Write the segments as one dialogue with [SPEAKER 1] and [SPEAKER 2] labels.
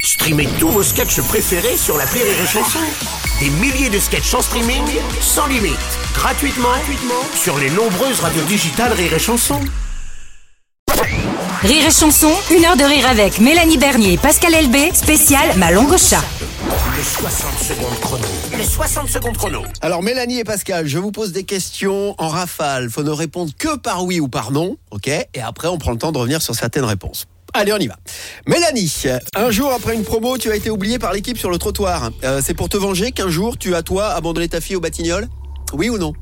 [SPEAKER 1] Streamez tous vos sketchs préférés sur la Rire et Chanson. Des milliers de sketchs en streaming, sans limite, gratuitement, gratuitement sur les nombreuses radios digitales Rire et Chanson.
[SPEAKER 2] Rire et chanson, une heure de rire avec Mélanie Bernier et Pascal Elbé, spécial Ma langue au chat.
[SPEAKER 1] Les 60 secondes chrono. Les 60 secondes chrono.
[SPEAKER 3] Alors Mélanie et Pascal, je vous pose des questions en rafale. Faut ne répondre que par oui ou par non, ok Et après, on prend le temps de revenir sur certaines réponses. Allez, on y va. Mélanie, un jour après une promo, tu as été oubliée par l'équipe sur le trottoir. Euh, C'est pour te venger qu'un jour, tu as toi abandonné ta fille au Batignolles Oui ou non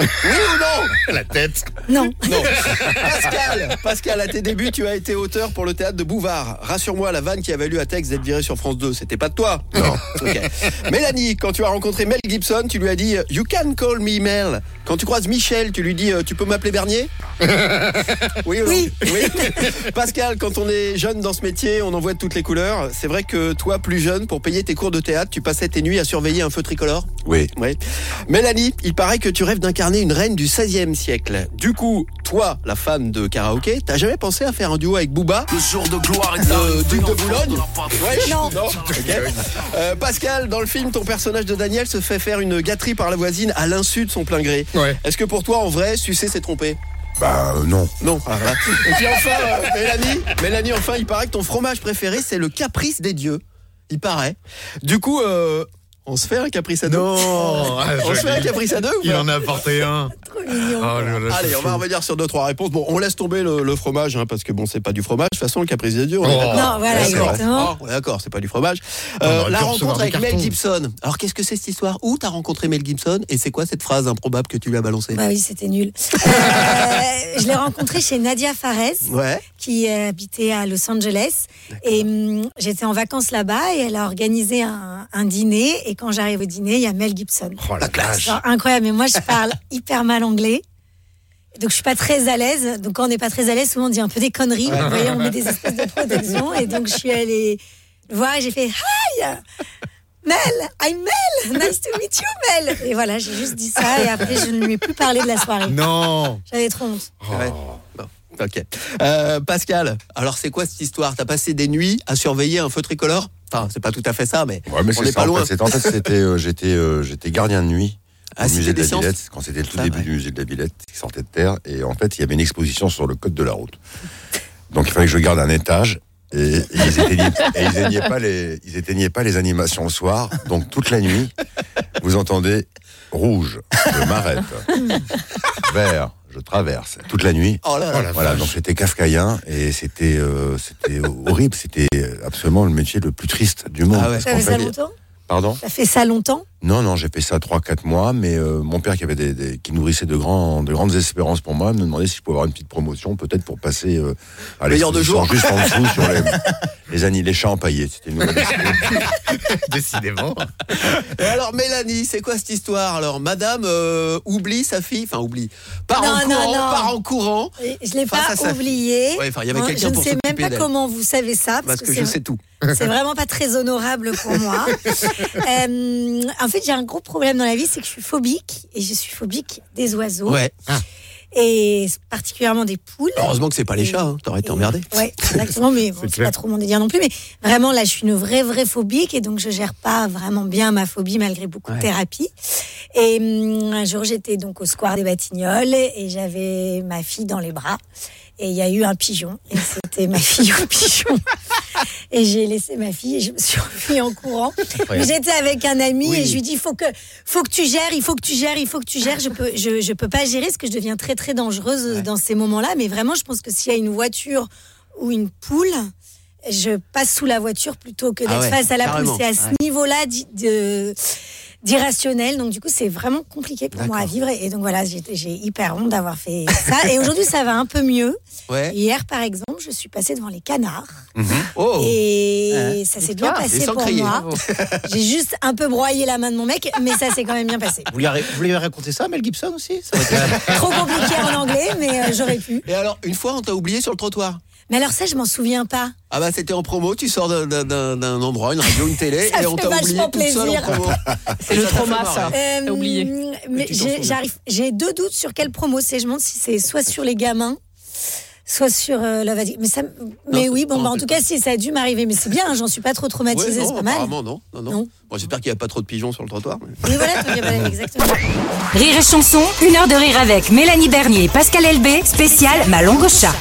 [SPEAKER 3] Oui ou non
[SPEAKER 4] La tête.
[SPEAKER 2] Non.
[SPEAKER 3] Pascal, Pascal, à tes débuts, tu as été auteur pour le théâtre de Bouvard. Rassure-moi, la vanne qui a valu à Tex d'être viré sur France 2, c'était pas de toi. Non. Mélanie, quand tu as rencontré Mel Gibson, tu lui as dit euh, You can call me Mel. Quand tu croises Michel, tu lui dis euh, Tu peux m'appeler Bernier Oui. ou non
[SPEAKER 2] Oui.
[SPEAKER 3] Pascal, quand on est jeune dans ce métier, on en voit de toutes les couleurs. C'est vrai que toi, plus jeune, pour payer tes cours de théâtre, tu passais tes nuits à surveiller un feu tricolore
[SPEAKER 4] Oui.
[SPEAKER 3] oui. Mélanie, il paraît que tu rêves d'incarner une reine du 16e siècle. Du coup, toi, la femme de karaoké, t'as jamais pensé à faire un duo avec Booba
[SPEAKER 1] Le jour de gloire
[SPEAKER 4] Euh,
[SPEAKER 3] le duc de Boulogne Ouais,
[SPEAKER 2] Non.
[SPEAKER 3] ok. Euh, Pascal, dans le film, ton personnage de Daniel se fait faire une gâterie par la voisine à l'insu de son plein gré.
[SPEAKER 4] Ouais.
[SPEAKER 3] Est-ce que pour toi, en vrai, sucer, c'est tromper
[SPEAKER 4] Bah euh, non.
[SPEAKER 3] Non. Ah, voilà. Et puis enfin, euh, Mélanie, Mélanie, enfin, il paraît que ton fromage préféré, c'est le caprice des dieux. Il paraît. Du coup, euh, on se fait un caprice à deux
[SPEAKER 4] Non.
[SPEAKER 5] Euh,
[SPEAKER 4] Ah,
[SPEAKER 3] On se fait un
[SPEAKER 4] joli.
[SPEAKER 3] caprice à deux ou
[SPEAKER 4] Il
[SPEAKER 3] pas
[SPEAKER 4] en a apporté un. Oh là là,
[SPEAKER 3] Allez,
[SPEAKER 4] c'est
[SPEAKER 3] on va
[SPEAKER 4] fou.
[SPEAKER 3] revenir sur deux trois réponses. Bon, on laisse tomber le, le fromage hein, parce que bon, c'est pas du fromage. De toute façon, le caprice des dieux. On est
[SPEAKER 4] Oh.
[SPEAKER 3] d'accord.
[SPEAKER 2] Non, voilà,
[SPEAKER 3] Ouais, c'est vrai.
[SPEAKER 2] exactement.
[SPEAKER 3] Ah, ouais, d'accord, c'est pas du fromage.
[SPEAKER 4] On
[SPEAKER 3] Euh,
[SPEAKER 4] aurait
[SPEAKER 3] la
[SPEAKER 4] pu
[SPEAKER 3] rencontre
[SPEAKER 4] recevoir des
[SPEAKER 3] avec Mel
[SPEAKER 4] cartons.
[SPEAKER 3] Gibson. Alors, qu'est-ce que c'est cette histoire Où t'as rencontré Mel Gibson et c'est quoi cette phrase improbable que tu lui as balancée
[SPEAKER 2] Bah oui, c'était nul. Euh, je l'ai rencontré chez Nadia Fares.
[SPEAKER 3] Ouais.
[SPEAKER 2] qui euh, habitait à Los Angeles. Et hum, j'étais en vacances là-bas et elle a organisé un, un dîner. Et quand j'arrive au dîner, il y a Mel Gibson.
[SPEAKER 4] Oh la classe.
[SPEAKER 2] Genre, incroyable. Mais moi, je parle hyper mal anglais. Donc, je suis pas très à l'aise. Donc, quand on n'est pas très à l'aise, souvent on dit un peu des conneries. Vous voyez, on met des espèces de productions. Et donc, je suis allée le voir et j'ai fait Hi! Mel, I'm Mel, nice to meet you, Mel. Et voilà, j'ai juste dit ça et après je ne lui ai plus parlé de la soirée.
[SPEAKER 4] Non.
[SPEAKER 2] J'avais trop honte.
[SPEAKER 3] Ouais.
[SPEAKER 5] Oh.
[SPEAKER 3] Bon, Ok. Euh, Pascal, alors c'est quoi cette histoire T'as passé des nuits à surveiller un feu tricolore Enfin, c'est pas tout à fait ça, mais,
[SPEAKER 5] Ouais, mais
[SPEAKER 3] on
[SPEAKER 5] c'est
[SPEAKER 3] n'est
[SPEAKER 5] ça,
[SPEAKER 3] pas
[SPEAKER 5] en
[SPEAKER 3] loin.
[SPEAKER 5] fait. C'était- En fait, c'était, euh, j'étais, euh, j'étais gardien de nuit
[SPEAKER 3] Ah,
[SPEAKER 5] au
[SPEAKER 3] c'était
[SPEAKER 5] musée de
[SPEAKER 3] des
[SPEAKER 5] la
[SPEAKER 3] sciences
[SPEAKER 5] Villette, quand c'était le tout
[SPEAKER 3] Ça,
[SPEAKER 5] début
[SPEAKER 3] ouais.
[SPEAKER 5] du musée de la Villette, qui sortait de terre. Et en fait, il y avait une exposition sur le code de la route. Donc, il fallait que je garde un étage. Et, et ils éteignaient, et ils éteignaient pas les, ils éteignaient pas les animations le soir. Donc, toute la nuit, vous entendez rouge, je m'arrête. Vert, je traverse. Toute la nuit.
[SPEAKER 3] Oh là là.
[SPEAKER 4] Oh la
[SPEAKER 5] Voilà,
[SPEAKER 4] vache.
[SPEAKER 5] donc c'était kafkaïen et c'était euh, c'était horrible, c'était absolument le métier le plus triste du monde.
[SPEAKER 3] Ah ouais.
[SPEAKER 5] Parce
[SPEAKER 2] Ça
[SPEAKER 5] qu'en
[SPEAKER 2] fait ça
[SPEAKER 5] fait-
[SPEAKER 2] longtemps
[SPEAKER 5] Pardon
[SPEAKER 2] Ça fait ça longtemps
[SPEAKER 5] Non, non, j'ai fait ça 3-4 mois, mais euh, mon père qui, avait des, des- qui nourrissait de, grands, de grandes espérances pour moi me demandait si je pouvais avoir une petite promotion, peut-être pour passer euh, à
[SPEAKER 3] Meilleur de
[SPEAKER 5] l'exposition
[SPEAKER 3] jour.
[SPEAKER 5] juste en dessous sur les, les, ani- les chats empaillés. C'était une nouvelle expo.
[SPEAKER 4] Décidément.
[SPEAKER 3] Et alors Mélanie, c'est quoi cette histoire Alors Madame euh, oublie sa fille, enfin oublie, part en
[SPEAKER 2] Non, non,
[SPEAKER 3] courant,
[SPEAKER 2] non.
[SPEAKER 3] part en courant.
[SPEAKER 2] Et Je l'ai
[SPEAKER 3] Face
[SPEAKER 2] pas
[SPEAKER 3] à sa
[SPEAKER 2] oublié.
[SPEAKER 3] Ouais, enfin, il y avait
[SPEAKER 2] Hein,
[SPEAKER 3] quelqu'un
[SPEAKER 2] je ne
[SPEAKER 3] pour
[SPEAKER 2] sais même
[SPEAKER 3] s'occuper
[SPEAKER 2] pas
[SPEAKER 3] d'elle.
[SPEAKER 2] comment vous savez ça
[SPEAKER 3] Parce
[SPEAKER 2] parce,
[SPEAKER 3] que
[SPEAKER 2] c'est
[SPEAKER 3] je sais tout.
[SPEAKER 2] c'est vraiment pas très honorable pour moi. Euh, en fait, j'ai un gros problème dans la vie, c'est que je suis phobique et je suis phobique des oiseaux
[SPEAKER 3] Ouais. Ah, Oh,
[SPEAKER 2] et particulièrement des poules.
[SPEAKER 3] Heureusement que c'est pas les chats, hein. t'aurais été emmerdé.
[SPEAKER 2] Ouais, exactement, mais bon, c'est
[SPEAKER 4] clair.
[SPEAKER 2] pas trop mon délire non plus. Mais vraiment, là, je suis une vraie, vraie phobique et donc je gère pas vraiment bien ma phobie malgré beaucoup
[SPEAKER 3] Ouais.
[SPEAKER 2] de thérapie. Et hum, un jour, j'étais donc au square des Batignolles et j'avais ma fille dans les bras et il y a eu un pigeon et c'était ma fille au pigeon. Et j'ai laissé ma fille et je me suis enfuie en courant. Mais J'étais avec un ami
[SPEAKER 3] Oui.
[SPEAKER 2] et je lui dis il faut que, faut que tu gères, il faut que tu gères, il faut que tu gères. Je peux, je, je peux pas gérer parce que je deviens très très dangereuse euh, dans ces moments-là. Mais vraiment, je pense que s'il y a une voiture ou une poule, je passe sous la voiture plutôt que
[SPEAKER 3] Ah
[SPEAKER 2] d'être
[SPEAKER 3] ouais,
[SPEAKER 2] face à la poule.
[SPEAKER 3] carrément,
[SPEAKER 2] C'est à ce
[SPEAKER 3] ouais.
[SPEAKER 2] niveau-là d'i- de- d'irrationnel. Donc du coup, c'est vraiment compliqué pour moi à vivre. Et donc voilà, j'ai j'ai hyper honte d'avoir fait ça. Et aujourd'hui, ça va un peu mieux.
[SPEAKER 3] Ouais.
[SPEAKER 2] Hier, par exemple, je suis passée devant les canards.
[SPEAKER 3] Oh.
[SPEAKER 2] Et
[SPEAKER 3] Ouais.
[SPEAKER 2] ça s'est bien
[SPEAKER 3] Et
[SPEAKER 2] passé
[SPEAKER 3] sans
[SPEAKER 2] pour
[SPEAKER 3] crier.
[SPEAKER 2] moi. J'ai juste un peu broyé la main de mon mec, mais ça s'est quand même bien passé.
[SPEAKER 6] Vous lui, avez- vous lui avez raconté ça, Mel Gibson aussi Ça aurait été-
[SPEAKER 2] Trop compliqué en anglais, mais euh, j'aurais pu.
[SPEAKER 3] Et alors une fois on t'a oublié sur le trottoir.
[SPEAKER 2] Mais alors ça, je m'en souviens pas.
[SPEAKER 3] Ah bah c'était en promo, tu sors d'un- d'un- d'un d'un endroit, une radio, une télé,
[SPEAKER 2] Ça
[SPEAKER 3] et on
[SPEAKER 2] fait
[SPEAKER 3] t'a oublié
[SPEAKER 2] vachement
[SPEAKER 3] toute seule en
[SPEAKER 2] plaisir.
[SPEAKER 3] promo.
[SPEAKER 7] C'est le
[SPEAKER 3] Ça t'a fait
[SPEAKER 7] trauma,
[SPEAKER 3] marrer.
[SPEAKER 7] ça.
[SPEAKER 2] Euh,
[SPEAKER 7] oublié.
[SPEAKER 2] Mais
[SPEAKER 3] tu t'en
[SPEAKER 2] j'ai-
[SPEAKER 3] souviens.
[SPEAKER 2] j'arrive, j'ai deux doutes sur quelle promo c'est. Je me demande si c'est soit sur les gamins, soit sur euh, Love Addict. Mais, ça, m- mais
[SPEAKER 3] c'est-
[SPEAKER 2] oui, bon,
[SPEAKER 3] non,
[SPEAKER 2] bah, en
[SPEAKER 3] c'est
[SPEAKER 2] tout
[SPEAKER 3] pas-
[SPEAKER 2] cas, si ça a dû m'arriver, mais c'est bien, hein, j'en suis pas trop
[SPEAKER 3] Ouais,
[SPEAKER 2] traumatisée,
[SPEAKER 3] non,
[SPEAKER 2] c'est pas mal.
[SPEAKER 3] apparemment, non. non, non.
[SPEAKER 2] Non.
[SPEAKER 3] Bon, J'espère qu'il n'y a pas trop de pigeons sur le trottoir. mais-
[SPEAKER 2] Oui, voilà, toi, Gabriel, exactement.
[SPEAKER 7] Rire et chanson, une heure de rire avec Mélanie Bernier et Pascal Elbé, spécial Ma langue au chat.